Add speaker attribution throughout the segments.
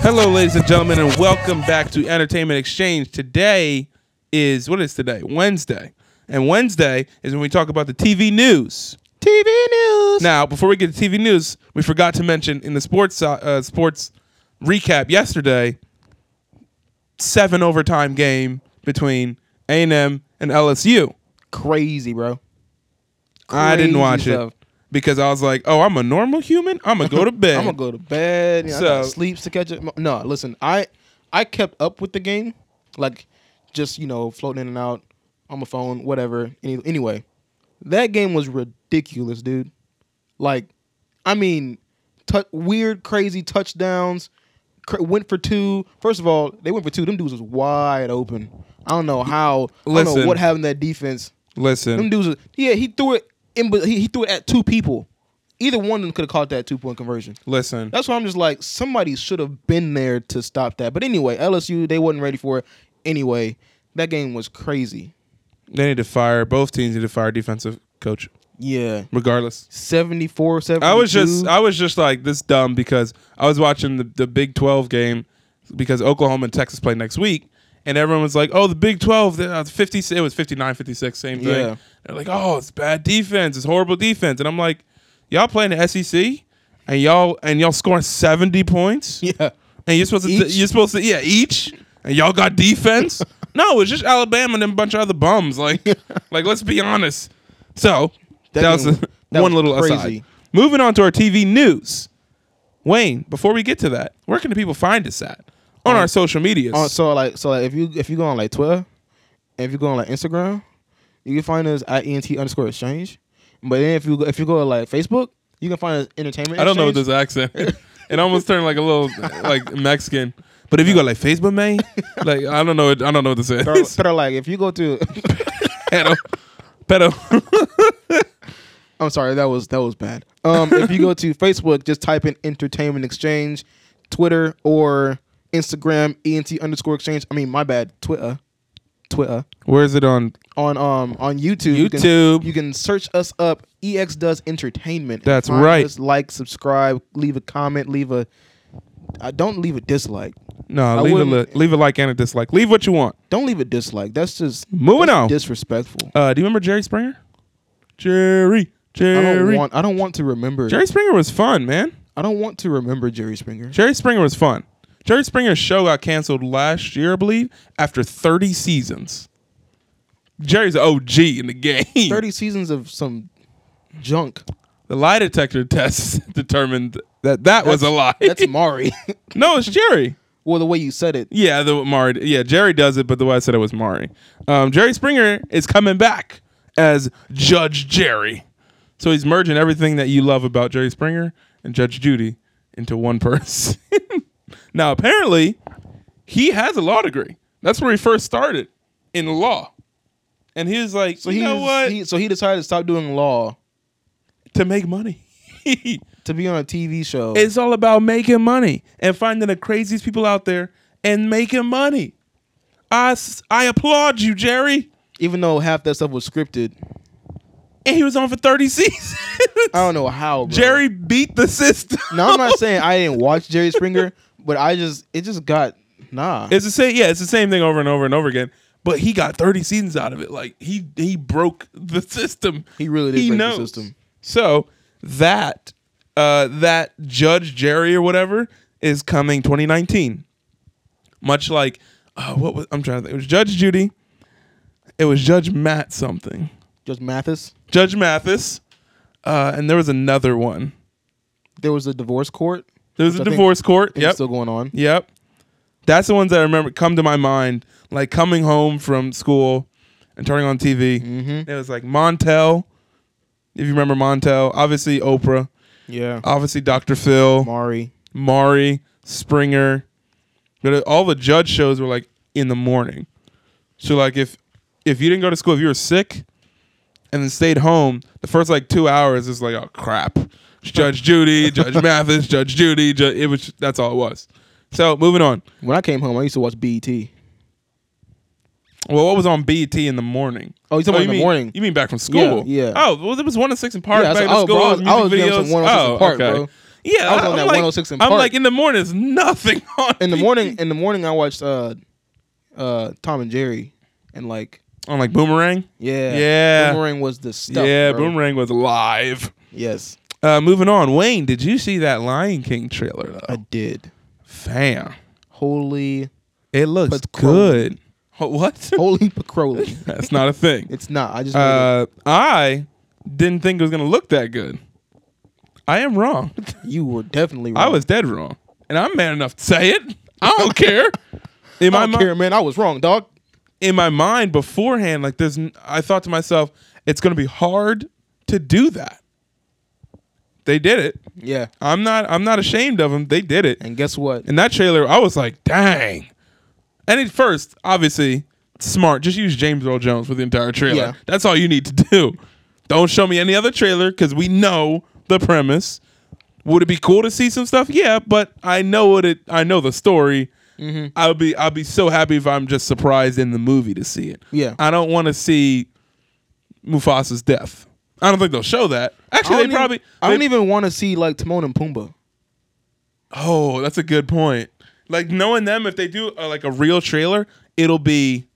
Speaker 1: Hello, ladies and gentlemen, and welcome back to Entertainment Exchange. Today is what is today? Wednesday. And Wednesday is when we talk about the TV news.
Speaker 2: TV news.
Speaker 1: Now, before we get to TV news, we forgot to mention in the sports si- uh, sports recap yesterday, seven overtime game between A&M and LSU.
Speaker 2: Crazy, bro.
Speaker 1: I didn't
Speaker 2: Crazy
Speaker 1: watch
Speaker 2: stuff.
Speaker 1: it because I was like, "Oh, I'm a normal human. I'm gonna go to bed.
Speaker 2: I'm gonna go to bed. You know, I got
Speaker 1: So-
Speaker 2: sleeps to catch up. No, listen, I I kept up with the game, like just you know floating in and out on my phone, whatever. Any, anyway, that game was ridiculous, dude. Like, I mean, tou weird, crazy touchdowns. Cr- went for two. First of all, they went for two. Them dudes was wide open. I don't know how. I don't
Speaker 1: Listen.
Speaker 2: know what happened to that defense. Them
Speaker 1: Listen,
Speaker 2: dudes, was- yeah, he threw it in, but he, he threw it at two people. Either one of them could have caught that two point conversion.
Speaker 1: listen.
Speaker 2: That's why I'm just like, somebody should have been there to stop that. But anyway, LSU, they wasn't ready for it. Anyway, that game was crazy.
Speaker 1: They need to fire. Both teams need to fire defensive coach,
Speaker 2: Yeah.
Speaker 1: regardless.
Speaker 2: 74, 72.
Speaker 1: I was just I was just like this dumb because I was watching the, the Big Twelve game because Oklahoma and Texas play next week, and everyone was like, "Oh, the Big Twelve, the, uh, fifty it was 59-56, same thing."
Speaker 2: Yeah.
Speaker 1: They're like, "Oh, it's bad defense, it's horrible defense," and I'm like, "Y'all playing the SEC, and y'all and y'all scoring seventy points,
Speaker 2: Yeah.
Speaker 1: and you're supposed to
Speaker 2: Each?
Speaker 1: you're supposed to yeah each, and y'all got defense." no, it's just Alabama and then a bunch of other bums. Like, like let's be honest. So that,
Speaker 2: That
Speaker 1: was
Speaker 2: game-
Speaker 1: a-
Speaker 2: that
Speaker 1: one
Speaker 2: was
Speaker 1: little
Speaker 2: crazy.
Speaker 1: aside. Moving on to our TV news. Wayne, before we get to that, where can the people find us at? On our social medias.
Speaker 2: Uh, so like so like if you if you go on like Twitter, and if you go on like Instagram, you can find us at ENT underscore exchange. But then if you go, if you go to like Facebook, you can find us entertainment.
Speaker 1: I don't know what
Speaker 2: Exchange.
Speaker 1: this accent. it almost turned like a little like Mexican. But if you go like Facebook, man, like I don't know, I don't know what this
Speaker 2: Throw-
Speaker 1: is.
Speaker 2: throw, like if you go to
Speaker 1: pedo, pedo.
Speaker 2: I'm sorry, that was that was bad. Um, if you go to Facebook, just type in Entertainment Exchange, Twitter or Instagram ENT underscore Exchange. I mean, my bad, Twitter, Twitter
Speaker 1: Where is it on?
Speaker 2: on um on YouTube. You can- You
Speaker 1: YouTube.
Speaker 2: can, search us up. Ex does entertainment. and
Speaker 1: That's
Speaker 2: find
Speaker 1: right.
Speaker 2: us, like, subscribe, leave a comment, leave a. I don't leave a dislike.
Speaker 1: No,
Speaker 2: I
Speaker 1: leave a li-
Speaker 2: wouldn't-
Speaker 1: leave a like and a dislike. Leave what you want.
Speaker 2: Don't leave a dislike. That's just
Speaker 1: Moving on.
Speaker 2: disrespectful.
Speaker 1: Uh, do you remember Jerry Springer? Jerry,
Speaker 2: I don't
Speaker 1: Jerry.
Speaker 2: want. I don't want to remember.
Speaker 1: Jerry Springer was fun, man.
Speaker 2: I don't want to remember Jerry Springer.
Speaker 1: Jerry Springer was fun. Jerry Springer's show got canceled last year, I believe, after 30 seasons. Jerry's an OG in the game.
Speaker 2: Thirty seasons of some junk.
Speaker 1: The lie detector test determined that that was a lie.
Speaker 2: That's Mari.
Speaker 1: no, it's Jerry.
Speaker 2: well, the way you said it.
Speaker 1: Yeah, the Mari. Yeah, Jerry does it, but the way I said it was Mari. Um, Jerry Springer is coming back as Judge Jerry. So he's merging everything that you love about Jerry Springer and Judge Judy into one person. now, apparently, he has a law degree. That's where he first started in law. And he was like,
Speaker 2: So
Speaker 1: you know
Speaker 2: he's-
Speaker 1: what?
Speaker 2: He, so he decided to stop doing law
Speaker 1: to make money.
Speaker 2: to be on a TV show.
Speaker 1: it's all about making money and finding the craziest people out there and making money. I, s- I applaud you, Jerry.
Speaker 2: even though half that stuff was scripted.
Speaker 1: and he was on for 30 seasons.
Speaker 2: I don't know how. Bro.
Speaker 1: Jerry beat the system.
Speaker 2: Now I'm not saying I didn't watch Jerry Springer, but I just it just got nah.
Speaker 1: It's the same. Yeah, it's the same thing over and over and over again. But he got 30 seasons out of it. Like he he broke the system.
Speaker 2: He really did break the system.
Speaker 1: So that uh, that Judge Jerry or whatever is coming 2019. Much like uh, what was I'm trying to think. It was Judge Judy. It was Judge Matt something.
Speaker 2: Judge Mathis.
Speaker 1: Judge Mathis. Uh, and there was another one.
Speaker 2: There was a divorce court.
Speaker 1: There was a
Speaker 2: Which I think-
Speaker 1: divorce court.
Speaker 2: It's
Speaker 1: Yep.
Speaker 2: still going on.
Speaker 1: Yep. That's the ones that I remember come to my mind, like coming home from school and turning on TV. It was like Montel, if you remember Montel, obviously Oprah,
Speaker 2: Yeah.
Speaker 1: obviously Dr. Phil,
Speaker 2: Uh, Mari.
Speaker 1: Mari, Springer. But it- all the judge shows were like in the morning. So like if if you didn't go to school, if you were sick and then stayed home, the first like two hours is like, oh crap. It's Judge Judy, Judge Mathis, Judge Judy, Ju- it was that's all it was. So moving on.
Speaker 2: When I came home, I used to watch E BET.
Speaker 1: Well, what was on BET in the morning?
Speaker 2: Oh, you talking about in the
Speaker 1: mean,
Speaker 2: morning.
Speaker 1: You mean back from school?
Speaker 2: Yeah, yeah.
Speaker 1: Oh, well, there was one and six in Park
Speaker 2: Yeah,
Speaker 1: back
Speaker 2: that's-
Speaker 1: to
Speaker 2: oh,
Speaker 1: school.
Speaker 2: bro, I was- I was
Speaker 1: music
Speaker 2: getting
Speaker 1: videos. Oh,
Speaker 2: some 106 in Park, bro.
Speaker 1: Yeah,
Speaker 2: I was on
Speaker 1: I'm
Speaker 2: that
Speaker 1: like-
Speaker 2: 106 in
Speaker 1: I'm
Speaker 2: Park.
Speaker 1: like in the morning, there's nothing on.
Speaker 2: in the
Speaker 1: TV.
Speaker 2: morning. In the morning, I watched uh, uh, Tom and Jerry, and like
Speaker 1: on like Boomerang.
Speaker 2: yeah,
Speaker 1: Yeah.
Speaker 2: Boomerang was the stuff.
Speaker 1: yeah,
Speaker 2: bro.
Speaker 1: Boomerang was live.
Speaker 2: Yes,
Speaker 1: Uh, moving on, Wayne, did you see that Lion King trailer though?
Speaker 2: I did.
Speaker 1: Fam,
Speaker 2: Holy,
Speaker 1: it looks
Speaker 2: But Crowley.
Speaker 1: good. Oh, what?
Speaker 2: holy Crowley.
Speaker 1: That's not a thing.
Speaker 2: It's not. I just heard
Speaker 1: Uh, I didn't think it was gonna look that good. I am wrong.
Speaker 2: it. you were definitely. Wrong.
Speaker 1: I was dead wrong, and I'm man enough to say it. I don't care. In
Speaker 2: I
Speaker 1: my
Speaker 2: don't
Speaker 1: mi-
Speaker 2: care, man. I was wrong, dog.
Speaker 1: in my mind beforehand, like there's, n- I thought to myself, it's gonna be hard to do that. They did it.
Speaker 2: Yeah.
Speaker 1: I'm not. I'm not ashamed of them. They did it.
Speaker 2: And guess what?
Speaker 1: In that trailer, I was like, dang. And at first, obviously, smart. Just use James Earl Jones for the entire trailer.
Speaker 2: Yeah.
Speaker 1: That's all you need to do. Don't show me any other trailer because we know the premise. Would it be cool to see some stuff? Yeah, but I know what it. I know the story.
Speaker 2: Mm-hmm.
Speaker 1: I'll be. I'll be so happy if I'm just surprised in the movie to see it.
Speaker 2: Yeah.
Speaker 1: I don't want to see Mufasa's death. I don't think they'll show that.
Speaker 2: I don't
Speaker 1: Actually, they
Speaker 2: even-
Speaker 1: probably.
Speaker 2: I
Speaker 1: they-
Speaker 2: don't even want to see like Timon and Pumbaa.
Speaker 1: Oh, that's a good point. Like knowing them, if they do uh, like a real trailer, it'll be,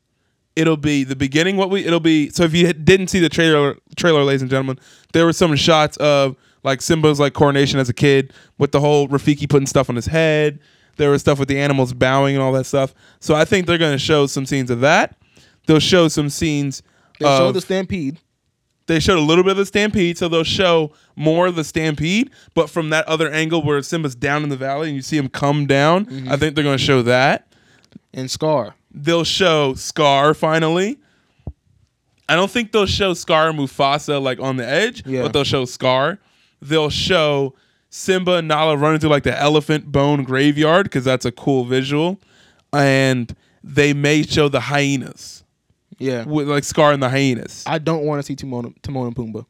Speaker 1: it'll be the beginning. What we it'll be. So if you had- didn't see the trailer, trailer, ladies and gentlemen, there were some shots of like Simba's like coronation as a kid with the whole Rafiki putting stuff on his head. There was stuff with the animals bowing and all that stuff. So I think they're gonna show some scenes of that. They'll show some scenes.
Speaker 2: They showed
Speaker 1: of-
Speaker 2: the stampede.
Speaker 1: they showed a little bit of the stampede, so they'll show more of the stampede, but from that other angle where Simba's down in the valley and you see him come down, I think they're going to show that.
Speaker 2: and Scar.
Speaker 1: They'll show Scar finally. I don't think they'll show Scar and Mufasa like on the edge,
Speaker 2: Yeah.
Speaker 1: but they'll show Scar. They'll show Simba and Nala running through like the elephant bone graveyard because that's a cool visual, and they may show the hyenas
Speaker 2: Yeah.
Speaker 1: with like Scar and the hyenas.
Speaker 2: I don't want to see Timon, Timon and Pumbaa.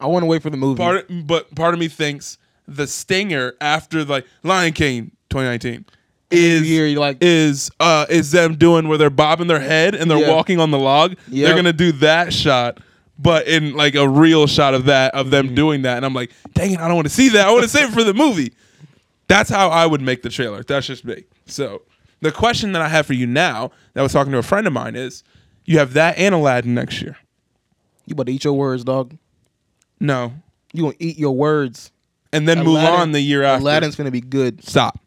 Speaker 2: I want to wait for the movie.
Speaker 1: Part but part of me thinks the stinger after like Lion King 2019 is
Speaker 2: You hear, you're like-
Speaker 1: is uh is them doing where they're bobbing their head and they're
Speaker 2: Yeah.
Speaker 1: walking on the log. They're
Speaker 2: Yep.
Speaker 1: gonna do that shot, but in like a real shot of that of
Speaker 2: Mm-hmm.
Speaker 1: them doing that, and I'm like, dang it, I don't want to see that. I want to save it for the movie. That's how I would make the trailer. That's just me. So the question that I have for you now, that I was talking to a friend of mine, is you have that and Aladdin next year.
Speaker 2: you about to eat your words, dog.
Speaker 1: No.
Speaker 2: You gonna eat your words.
Speaker 1: And then
Speaker 2: Aladdin-
Speaker 1: Mulan the year after.
Speaker 2: Aladdin's gonna be good.
Speaker 1: Stop.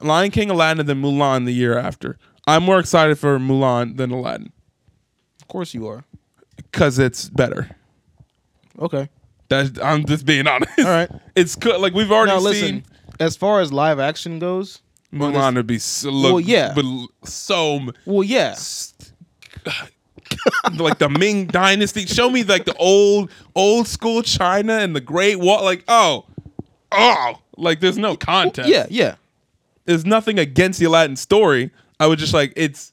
Speaker 1: Lion King, Aladdin, and then Mulan the year after. I'm more excited for Mulan than Aladdin
Speaker 2: Of course you are.
Speaker 1: because it's better.
Speaker 2: Okay.
Speaker 1: That's, I'm just being honest. All
Speaker 2: right.
Speaker 1: it's good. Like we've already
Speaker 2: Now
Speaker 1: seen
Speaker 2: listen, as far as live action goes,
Speaker 1: Mulan would be so, look,
Speaker 2: Well, yeah.
Speaker 1: but l- so m-
Speaker 2: well, yeah,
Speaker 1: like the Ming Dynasty. Show me like the old old school China and the Great Wall. Like oh, oh, like there's no context.
Speaker 2: yeah, yeah.
Speaker 1: there's nothing against the Aladdin story. I was just like, it's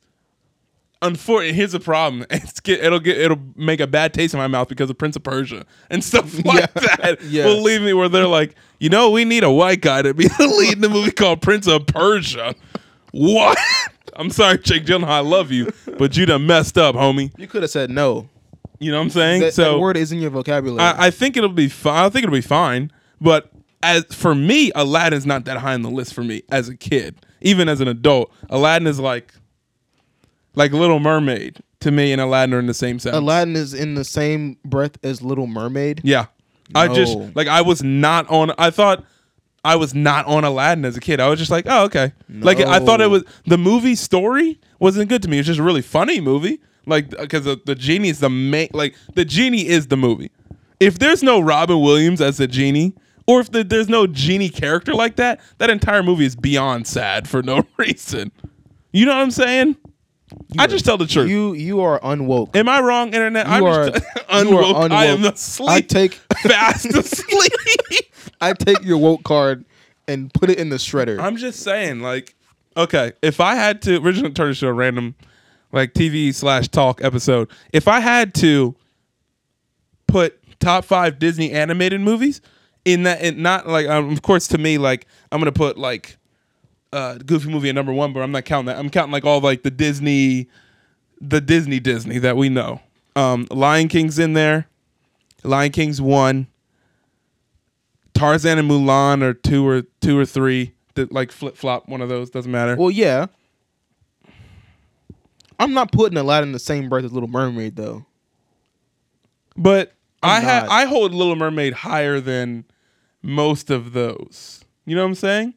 Speaker 1: unfortunate. Here's the problem: it's get, it'll get it'll make a bad taste in my mouth because of Prince of Persia and stuff like that.
Speaker 2: Yeah.
Speaker 1: Will leave me where they're like, you know, we need a white guy to be the lead in the movie called Prince of Persia. What? I'm sorry, Jake Gyllenhaal, I love you, but you done messed up, homie.
Speaker 2: You could have said no.
Speaker 1: You know what I'm saying?
Speaker 2: That,
Speaker 1: so
Speaker 2: that word is in your vocabulary.
Speaker 1: I, I think it'll be fine. I think it'll be fine. But as for me, Aladdin's not that high on the list for me as a kid. Even as an adult, Aladdin is like, like Little Mermaid to me, and Aladdin are in the same sentence.
Speaker 2: Aladdin is in the same breath as Little Mermaid.
Speaker 1: Yeah, I just
Speaker 2: No.
Speaker 1: like I was not on. I thought I was not on Aladdin as a kid. I was just like, oh okay. Like I thought it
Speaker 2: No.
Speaker 1: was the movie story wasn't good to me. It was just a really funny movie. Like because the, the genie is the main. Like the genie is the movie. If there's no Robin Williams as the genie. Or if the, there's no genie character like that, that entire movie is beyond sad for no reason. You know what I'm saying? I just tell the truth.
Speaker 2: You you are unwoke.
Speaker 1: Am I wrong, internet? I'm
Speaker 2: are-
Speaker 1: just
Speaker 2: you are
Speaker 1: unwoke. I am
Speaker 2: unwoke.
Speaker 1: asleep.
Speaker 2: I take-
Speaker 1: fast asleep.
Speaker 2: I take your woke card and put it in the shredder.
Speaker 1: I'm just saying, like, okay, if I had to, we're just gonna turn this to a random, like TV slash talk episode. If I had to put top five Disney animated movies in that, and not like, um, of course, to me, like, I'm gonna put like, uh, Goofy movie at number one, but I'm not counting that. I'm counting like all like the Disney, the Disney Disney that we know. Um, Lion King's in there. Lion King's one. Tarzan and Mulan are two or two or three that like flip flop one of those doesn't matter.
Speaker 2: Well, yeah. I'm not putting Aladdin in the same breath as Little Mermaid though.
Speaker 1: But i
Speaker 2: I'm
Speaker 1: ha-
Speaker 2: not.
Speaker 1: I hold Little Mermaid higher than most of those. You know what I'm saying?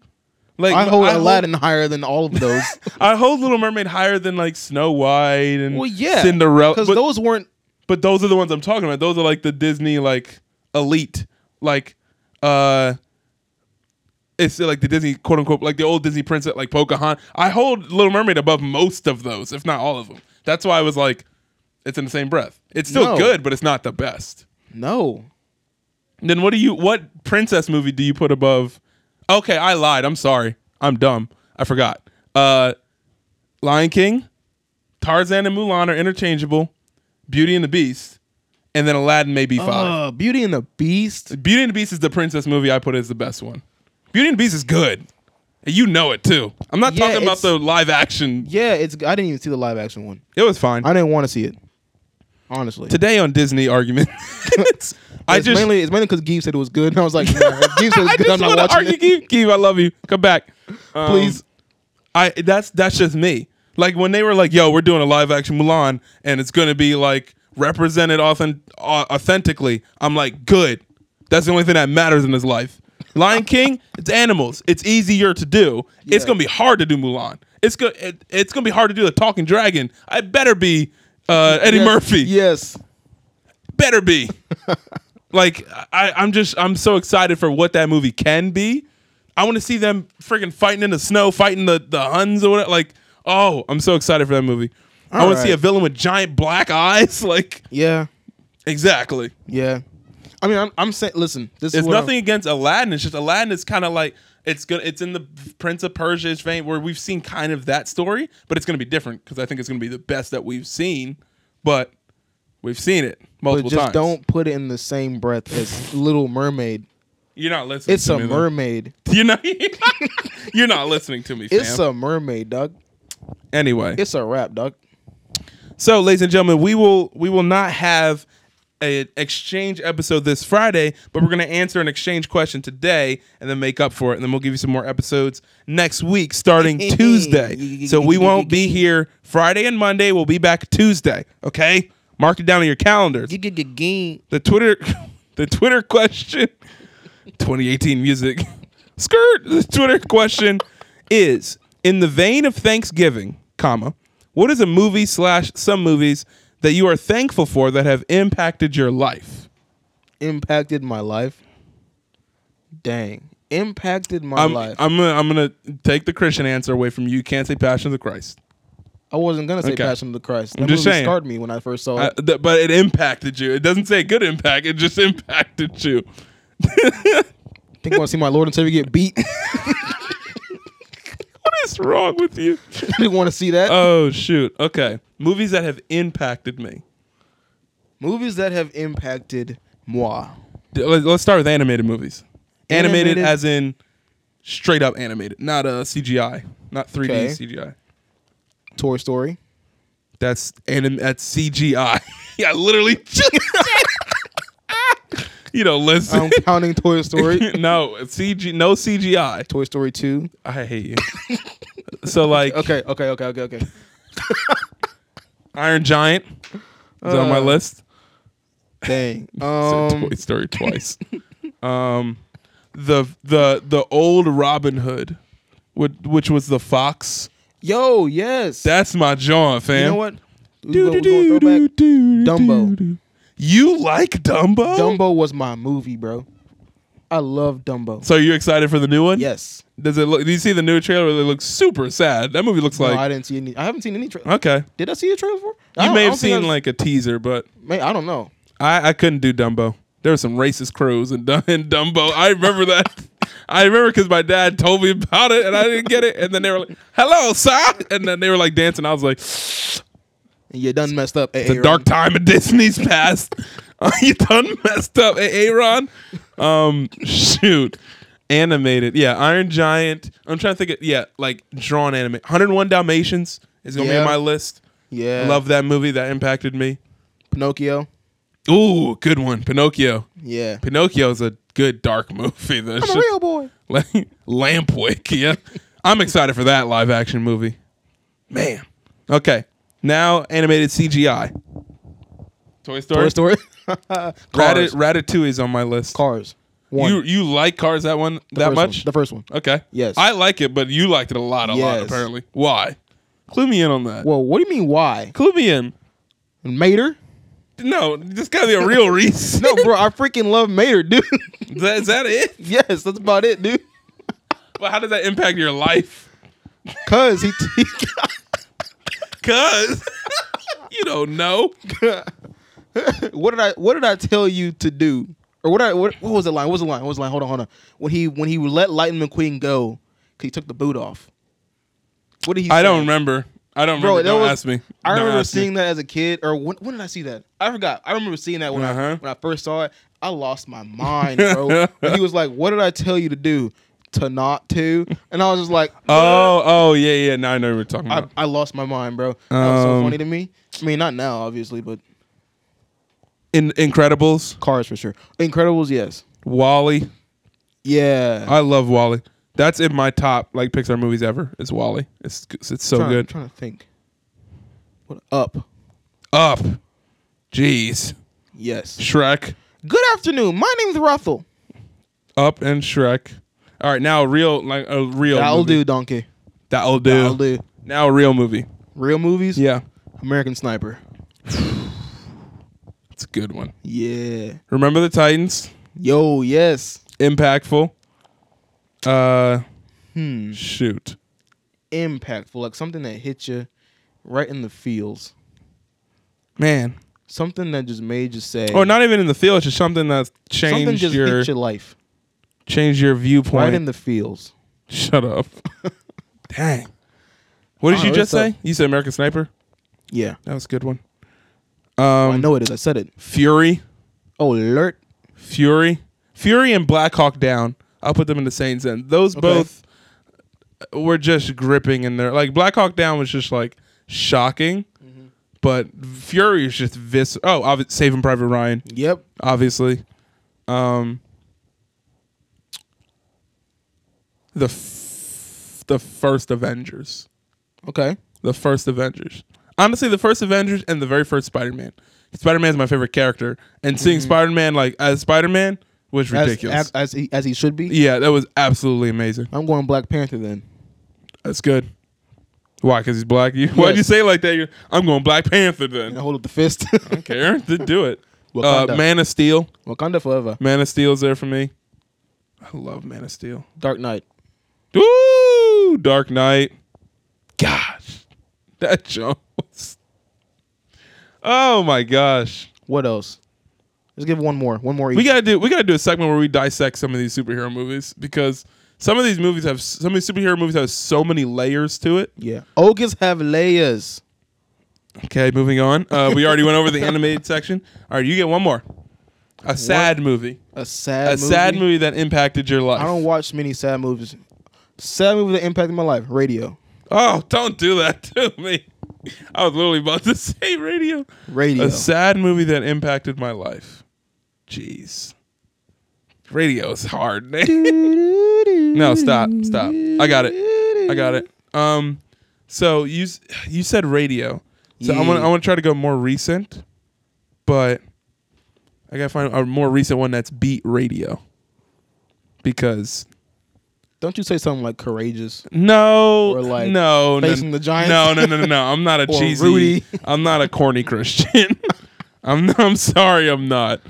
Speaker 1: Like
Speaker 2: I hold
Speaker 1: hold-
Speaker 2: Aladdin higher than all of those.
Speaker 1: I hold Little Mermaid higher than like Snow White and
Speaker 2: well, yeah,
Speaker 1: Cinderella.
Speaker 2: because
Speaker 1: But,
Speaker 2: those weren't.
Speaker 1: but those are the ones I'm talking about. Those are like the Disney like elite, like uh, it's like the Disney quote unquote like the old Disney princess like Pocahontas. I hold Little Mermaid above most of those, if not all of them. That's why I was like, it's in the same breath. It's still
Speaker 2: No.
Speaker 1: good, but it's not the best.
Speaker 2: No,
Speaker 1: Then what do you what princess movie do you put above? Okay, I lied. I'm sorry. I'm dumb. I forgot. Uh Lion King, Tarzan and Mulan are interchangeable. Beauty and the Beast, and then Aladdin may be five.
Speaker 2: uh, Beauty and the Beast.
Speaker 1: Beauty and the Beast is the princess movie I put as the best one. Beauty and the Beast is good. And You know it too. I'm not
Speaker 2: Yeah,
Speaker 1: talking about
Speaker 2: it's-
Speaker 1: the live action.
Speaker 2: Yeah, it's. I didn't even see the live action one.
Speaker 1: It was fine.
Speaker 2: I didn't want to see it. Honestly,
Speaker 1: Today on Disney argument, it's- I
Speaker 2: it's
Speaker 1: just
Speaker 2: mainly it's mainly because Geeve said it was good, and I was like, nah, if Geeve said it's
Speaker 1: I
Speaker 2: good. I'm
Speaker 1: just
Speaker 2: not
Speaker 1: want to
Speaker 2: watching
Speaker 1: argue,
Speaker 2: it.
Speaker 1: Keith. Keith, I love you. Come back, Um,
Speaker 2: Please.
Speaker 1: I that's that's just me. Like when they were like, "Yo, we're doing a live action Mulan, and it's gonna be like represented authen- au- authentically." I'm like, "Good. That's the only thing that matters in this life." Lion King, it's animals. It's easier to do. It's
Speaker 2: Yeah.
Speaker 1: gonna be hard to do Mulan. It's go- it, it's gonna be hard to do the talking dragon. I better be uh, Eddie
Speaker 2: Yes,
Speaker 1: Murphy
Speaker 2: Yes.
Speaker 1: better be. like I, I'm just I'm so excited for what that movie can be. I want to see them freaking fighting in the snow, fighting the the Huns or whatever. Like, oh, I'm so excited for that movie. I want
Speaker 2: All
Speaker 1: to see a
Speaker 2: right.
Speaker 1: villain with giant black eyes. Like,
Speaker 2: Yeah.
Speaker 1: exactly.
Speaker 2: Yeah. I mean, I'm, I'm saying. Listen, this is
Speaker 1: It's
Speaker 2: what I'm-
Speaker 1: nothing against Aladdin. It's just Aladdin is kind of like it's gonna it's in the Prince of Persia's vein where we've seen kind of that story, but it's gonna be different because I think it's gonna be the best that we've seen. But we've seen it
Speaker 2: but
Speaker 1: multiple
Speaker 2: just
Speaker 1: times.
Speaker 2: don't put it in the same breath as Little Mermaid.
Speaker 1: You're not listening.
Speaker 2: It's
Speaker 1: to
Speaker 2: a
Speaker 1: me, though.
Speaker 2: mermaid.
Speaker 1: You're not, you're not listening to me, fam.
Speaker 2: It's a mermaid, dog.
Speaker 1: anyway,
Speaker 2: It's a rap, dog.
Speaker 1: so ladies and gentlemen, we will we will not have an exchange episode this Friday, but we're going to answer an exchange question today and then make up for it, and then we'll give you some more episodes next week, starting Tuesday. So we won't be here Friday and Monday. We'll be back Tuesday. Okay, mark it down on your calendars. the Twitter the Twitter question 2018 music skirt the Twitter question is in the vein of Thanksgiving, comma, what is a movie slash some movies that you are thankful for that have impacted your life?
Speaker 2: Impacted my life. Dang. Impacted my
Speaker 1: I'm,
Speaker 2: life.
Speaker 1: I'm gonna I'm gonna take the Christian answer away from you. You can't say Passion of the Christ,
Speaker 2: I wasn't gonna say
Speaker 1: Okay.
Speaker 2: Passion of the Christ. That
Speaker 1: just
Speaker 2: movie
Speaker 1: saying.
Speaker 2: scarred me when I first saw
Speaker 1: Uh,
Speaker 2: it.
Speaker 1: th- but it impacted you. It doesn't say good impact. It just impacted you.
Speaker 2: think I want to see my Lord and Savior get beat.
Speaker 1: What is wrong with you?
Speaker 2: I didn't want to see that.
Speaker 1: Oh shoot. Okay, movies that have impacted me.
Speaker 2: Movies that have impacted moi.
Speaker 1: D- let- Let's start with animated movies. Animated,
Speaker 2: Animated?
Speaker 1: as in straight up animated, not uh, CGI, not 3D
Speaker 2: Okay.
Speaker 1: CGI.
Speaker 2: Toy Story.
Speaker 1: That's anim- that's CGI. yeah, I literally just You know, listen.
Speaker 2: I'm counting Toy Story.
Speaker 1: no, CG no CGI.
Speaker 2: Toy Story 2.
Speaker 1: I hate you. so like
Speaker 2: Okay, okay, okay, okay, okay.
Speaker 1: Iron Giant is on my
Speaker 2: Uh,
Speaker 1: list.
Speaker 2: Dang.
Speaker 1: Said
Speaker 2: Um,
Speaker 1: Toy Story twice. um, the the the old Robin Hood, which, which was the fox.
Speaker 2: yo, yes.
Speaker 1: That's my John, fam.
Speaker 2: you know what? We
Speaker 1: Do,
Speaker 2: go- we
Speaker 1: do, do,
Speaker 2: gonna throw
Speaker 1: do,
Speaker 2: back.
Speaker 1: do,
Speaker 2: Dumbo.
Speaker 1: do, do. You like Dumbo?
Speaker 2: Dumbo was my movie, bro. I love Dumbo.
Speaker 1: So are you excited for the new one?
Speaker 2: Yes.
Speaker 1: Does it look? Do you see the new trailer? It looks super sad. That movie looks
Speaker 2: no, I
Speaker 1: like
Speaker 2: didn't see any. I haven't seen any trailer.
Speaker 1: okay.
Speaker 2: Did I see a trailer for? it? I
Speaker 1: You
Speaker 2: don't-
Speaker 1: may
Speaker 2: I
Speaker 1: have
Speaker 2: don't think
Speaker 1: seen
Speaker 2: I've-
Speaker 1: like a teaser, but
Speaker 2: May, I don't know.
Speaker 1: I, I couldn't do Dumbo. There were some racist crows in, Dum- in Dumbo. I remember that. I remember because my dad told me about it and I didn't get it. And then they were like, "Hello, sir," and then they were like dancing. I was like,
Speaker 2: And you done messed up.
Speaker 1: the dark time of Disney's past. you done messed up, eh, Aaron. Um, shoot, animated. Yeah, Iron Giant. I'm trying to think. Of, yeah, like drawn anime. 101 Dalmatians is gonna be
Speaker 2: Yeah.
Speaker 1: on my list.
Speaker 2: Yeah.
Speaker 1: I love that movie. That impacted me.
Speaker 2: Pinocchio.
Speaker 1: Ooh, good one, Pinocchio.
Speaker 2: Yeah.
Speaker 1: Pinocchio's a good dark movie. That
Speaker 2: I'm a real boy.
Speaker 1: like Lampwick. Yeah, I'm excited for that live action movie. Man. Okay. Now animated CGI. Toy Story.
Speaker 2: Toy Story.
Speaker 1: Ratat-
Speaker 2: Cars.
Speaker 1: Ratatouille is on my list.
Speaker 2: Cars. One.
Speaker 1: You you like Cars that one
Speaker 2: The
Speaker 1: that
Speaker 2: first one.
Speaker 1: much?
Speaker 2: The first one.
Speaker 1: okay.
Speaker 2: Yes.
Speaker 1: I like it, but you liked it a lot, a lot
Speaker 2: Yes.
Speaker 1: apparently. Why? Clue me in on that.
Speaker 2: Well, what do you mean why?
Speaker 1: Clue me in.
Speaker 2: Mater?
Speaker 1: No, there's gotta be a real reason.
Speaker 2: No, bro, I freaking love Mater, dude.
Speaker 1: is, that, is that it?
Speaker 2: yes, that's about it, dude.
Speaker 1: But how does that impact your life?
Speaker 2: Cause he, he
Speaker 1: Cause you don't know.
Speaker 2: what did I what did I tell you to do? Or what I what, what was the line? What was the line? What was the line? Hold on, hold on. When he when he let Lightning McQueen go, 'cause he took the boot off. What did he?
Speaker 1: I
Speaker 2: say?
Speaker 1: don't remember. I don't remember.
Speaker 2: that
Speaker 1: don't
Speaker 2: was-
Speaker 1: ask me.
Speaker 2: I
Speaker 1: Don't
Speaker 2: remember
Speaker 1: ask me.
Speaker 2: seeing that as a kid, or when, when did I see that? I forgot. I remember seeing that when I
Speaker 1: Uh-huh.
Speaker 2: when I first saw it. I lost my mind, bro. And he was like, "What did I tell you to do? To not to?" And I was just like,
Speaker 1: Oh, oh yeah, yeah. Now I know what you're talking
Speaker 2: I,
Speaker 1: about.
Speaker 2: I lost my mind, bro. That was so
Speaker 1: Um,
Speaker 2: funny to me. I mean, not now, obviously, but
Speaker 1: In Incredibles,
Speaker 2: Cars for sure. Incredibles, yes.
Speaker 1: Wally.
Speaker 2: Yeah.
Speaker 1: I love Wally. That's in my top like Pixar movies ever. It's Wally. It's it's so
Speaker 2: trying,
Speaker 1: good.
Speaker 2: trying to think. What up?
Speaker 1: Up. Jeez.
Speaker 2: Yes.
Speaker 1: Shrek.
Speaker 2: Good afternoon. My name's Russell.
Speaker 1: Up and Shrek. All right, now a real like a real.
Speaker 2: That'll
Speaker 1: movie.
Speaker 2: do, donkey.
Speaker 1: That'll do.
Speaker 2: That'll do.
Speaker 1: Now a real movie.
Speaker 2: Real movies.
Speaker 1: Yeah,
Speaker 2: American Sniper.
Speaker 1: it's a good one.
Speaker 2: Yeah.
Speaker 1: Remember the Titans.
Speaker 2: Yo. Yes.
Speaker 1: Impactful. Uh,
Speaker 2: Hmm.
Speaker 1: shoot.
Speaker 2: Impactful, like something that hit you right in the feels.
Speaker 1: Man.
Speaker 2: Something that just made you say.
Speaker 1: Or not even in the field. It's just something that's
Speaker 2: Something
Speaker 1: changed
Speaker 2: just
Speaker 1: your
Speaker 2: hit your life
Speaker 1: changed your viewpoint.
Speaker 2: right in the feels.
Speaker 1: Shut up. Dang. What did
Speaker 2: Oh,
Speaker 1: you
Speaker 2: that's
Speaker 1: just say?
Speaker 2: tough.
Speaker 1: You said American Sniper.
Speaker 2: Yeah.
Speaker 1: That was a good one.
Speaker 2: I
Speaker 1: Um,
Speaker 2: know it is. I said it.
Speaker 1: Fury,
Speaker 2: Oh, alert.
Speaker 1: Fury, Fury, and Black Hawk Down. I'll put them in the same sentence. Those both were just gripping in there. Like Black Hawk Down was just like shocking, but Fury is just vis. Oh, obvi- Saving Private Ryan,
Speaker 2: Yep.
Speaker 1: obviously. Um, the f- the first Avengers.
Speaker 2: Okay.
Speaker 1: the first Avengers. Honestly, the first Avengers and the very first Spider Man. Spider Man is my favorite character, and seeing Spider Man like as Spider Man was
Speaker 2: Mm-hmm. As-
Speaker 1: ridiculous.
Speaker 2: As, as, he, as he should be.
Speaker 1: yeah, that was absolutely amazing.
Speaker 2: I'm going Black Panther then.
Speaker 1: That's good. Why? Because he's black. You, Why'd
Speaker 2: Yes.
Speaker 1: you say it like that? You're, I'm going Black Panther
Speaker 2: And
Speaker 1: then.
Speaker 2: I
Speaker 1: I
Speaker 2: hold up the fist.
Speaker 1: don't care. Then do it. Uh,
Speaker 2: Wakanda.
Speaker 1: Man of Steel.
Speaker 2: Wakanda forever.
Speaker 1: Man of Steel's there for me. I love Man of Steel.
Speaker 2: Dark Knight.
Speaker 1: Ooh, Dark Knight. Gosh, that jump was. Oh my gosh.
Speaker 2: What else? Let's give one more. One more. Each.
Speaker 1: We gotta do we gotta do a segment where we dissect some of these superhero movies because some of these movies have some of these superhero movies have so many layers to it.
Speaker 2: yeah. Ogres have layers.
Speaker 1: Okay, moving on. Uh, we already went over the animated section. All right, you get one more. A sad movie.
Speaker 2: A
Speaker 1: A
Speaker 2: sad. movie.
Speaker 1: sad movie that impacted your life.
Speaker 2: I don't watch many sad movies. Sad movie that impacted my life. Radio.
Speaker 1: oh, don't do that to me. I was literally about to say radio.
Speaker 2: Radio.
Speaker 1: A sad movie that impacted my life. Jeez. Radio is hard. no, stop, stop. I got it. I got it. Um, so you s- you said radio, so I'm gonna
Speaker 2: Yeah.
Speaker 1: I want to try to go more recent, but I gotta find a more recent one that's beat radio because
Speaker 2: Don't you say something like courageous?
Speaker 1: no,
Speaker 2: Or, like,
Speaker 1: no, no,
Speaker 2: Facing the Giants?
Speaker 1: No, no, no, no, no. I'm not a
Speaker 2: Or
Speaker 1: cheesy.
Speaker 2: Rudy?
Speaker 1: I'm not a corny Christian. I'm I'm sorry, I'm not.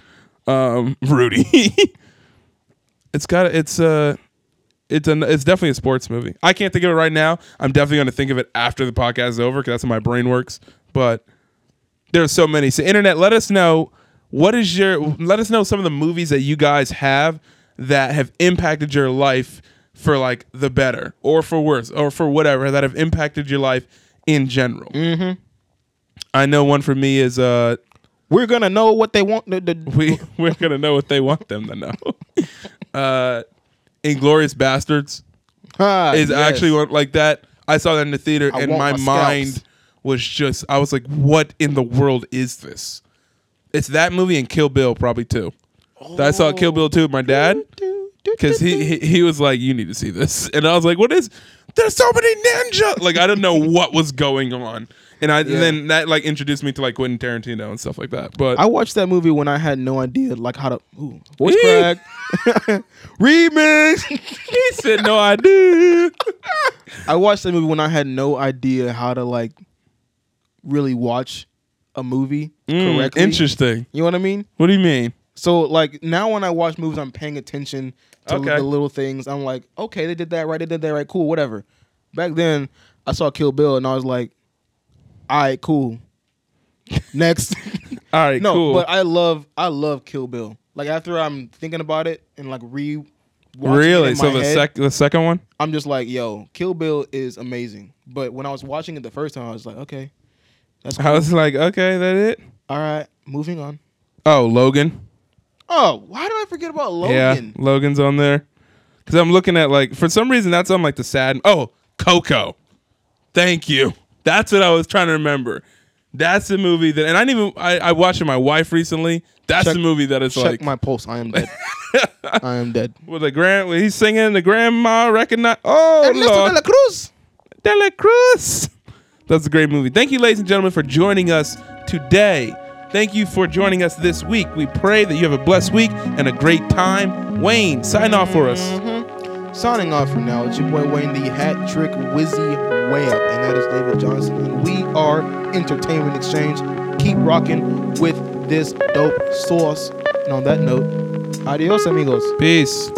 Speaker 1: Um, Rudy. it's got it's uh it's an it's definitely a sports movie. I can't think of it right now. I'm definitely going to think of it after the podcast is over because that's how my brain works. But there's so many. So internet, let us know what is your let us know some of the movies that you guys have that have impacted your life for like the better or for worse or for whatever that have impacted your life in general. Mm-hmm. I know one for me is uh
Speaker 2: We're gonna know what they want. The, the,
Speaker 1: we we're gonna know what they want them to know. uh, Inglorious Bastards
Speaker 2: Ah,
Speaker 1: is
Speaker 2: yes.
Speaker 1: actually one like that. I saw that in the theater,
Speaker 2: I
Speaker 1: and
Speaker 2: want
Speaker 1: my,
Speaker 2: my
Speaker 1: mind
Speaker 2: scalps.
Speaker 1: was just I was like, "What in the world is this?" It's that movie and Kill Bill probably too. that I saw Kill Bill 2 with my dad because he, he he was like, "You need to see this," and I was like, "What is?" There's so many ninja. Like I didn't know what was going on, and I
Speaker 2: Yeah.
Speaker 1: then that like introduced me to like Quentin Tarantino and stuff like that. But
Speaker 2: I watched that movie when I had no idea like how to ooh, voice
Speaker 1: Eek.
Speaker 2: crack remix.
Speaker 1: he said, "No, I do."
Speaker 2: I watched that movie when I had no idea how to like really watch a movie
Speaker 1: Mm,
Speaker 2: correctly.
Speaker 1: interesting.
Speaker 2: You know what I mean?
Speaker 1: What do you mean?
Speaker 2: So like now when I watch movies, I'm paying attention to
Speaker 1: Okay.
Speaker 2: the little things. I'm like, okay, they did that right, they did that right, cool, whatever. Back then, I saw Kill Bill and I was like, all right, cool. Next,
Speaker 1: All right,
Speaker 2: no,
Speaker 1: cool.
Speaker 2: but I love I love Kill Bill. Like after I'm thinking about it and like re
Speaker 1: really?
Speaker 2: so
Speaker 1: So the sec the second one?
Speaker 2: I'm just like, yo, Kill Bill is amazing. But when I was watching it the first time, I was like, okay, that's
Speaker 1: I was like, okay, that it?
Speaker 2: all right. Moving on.
Speaker 1: Oh, Logan.
Speaker 2: Oh, why do I forget about Logan?
Speaker 1: Yeah, Logan's on there. Cause I'm looking at like for some reason that's on like the sad. Oh, Coco. Thank you. That's what I was trying to remember. That's the movie that, and I didn't even I, I watched it with my wife recently. That's
Speaker 2: Check-
Speaker 1: the movie that it's
Speaker 2: Check
Speaker 1: like
Speaker 2: my pulse. I am dead. I am dead.
Speaker 1: with the grand. When he's singing, the grandma recognize. Oh
Speaker 2: Ernesto de
Speaker 1: Lord,
Speaker 2: la Cruz.
Speaker 1: De La Cruz. That's a great movie. Thank you, ladies and gentlemen, for joining us today. Thank you for joining us this week. We pray that you have a blessed week and a great time. Wayne, sign off for us.
Speaker 2: Signing off for now. It's your boy Wayne, the hat trick wizzy way up, and that is David Johnson. And we are Entertainment Exchange. Keep rocking with this dope sauce. And on that note, adios, amigos.
Speaker 1: Peace.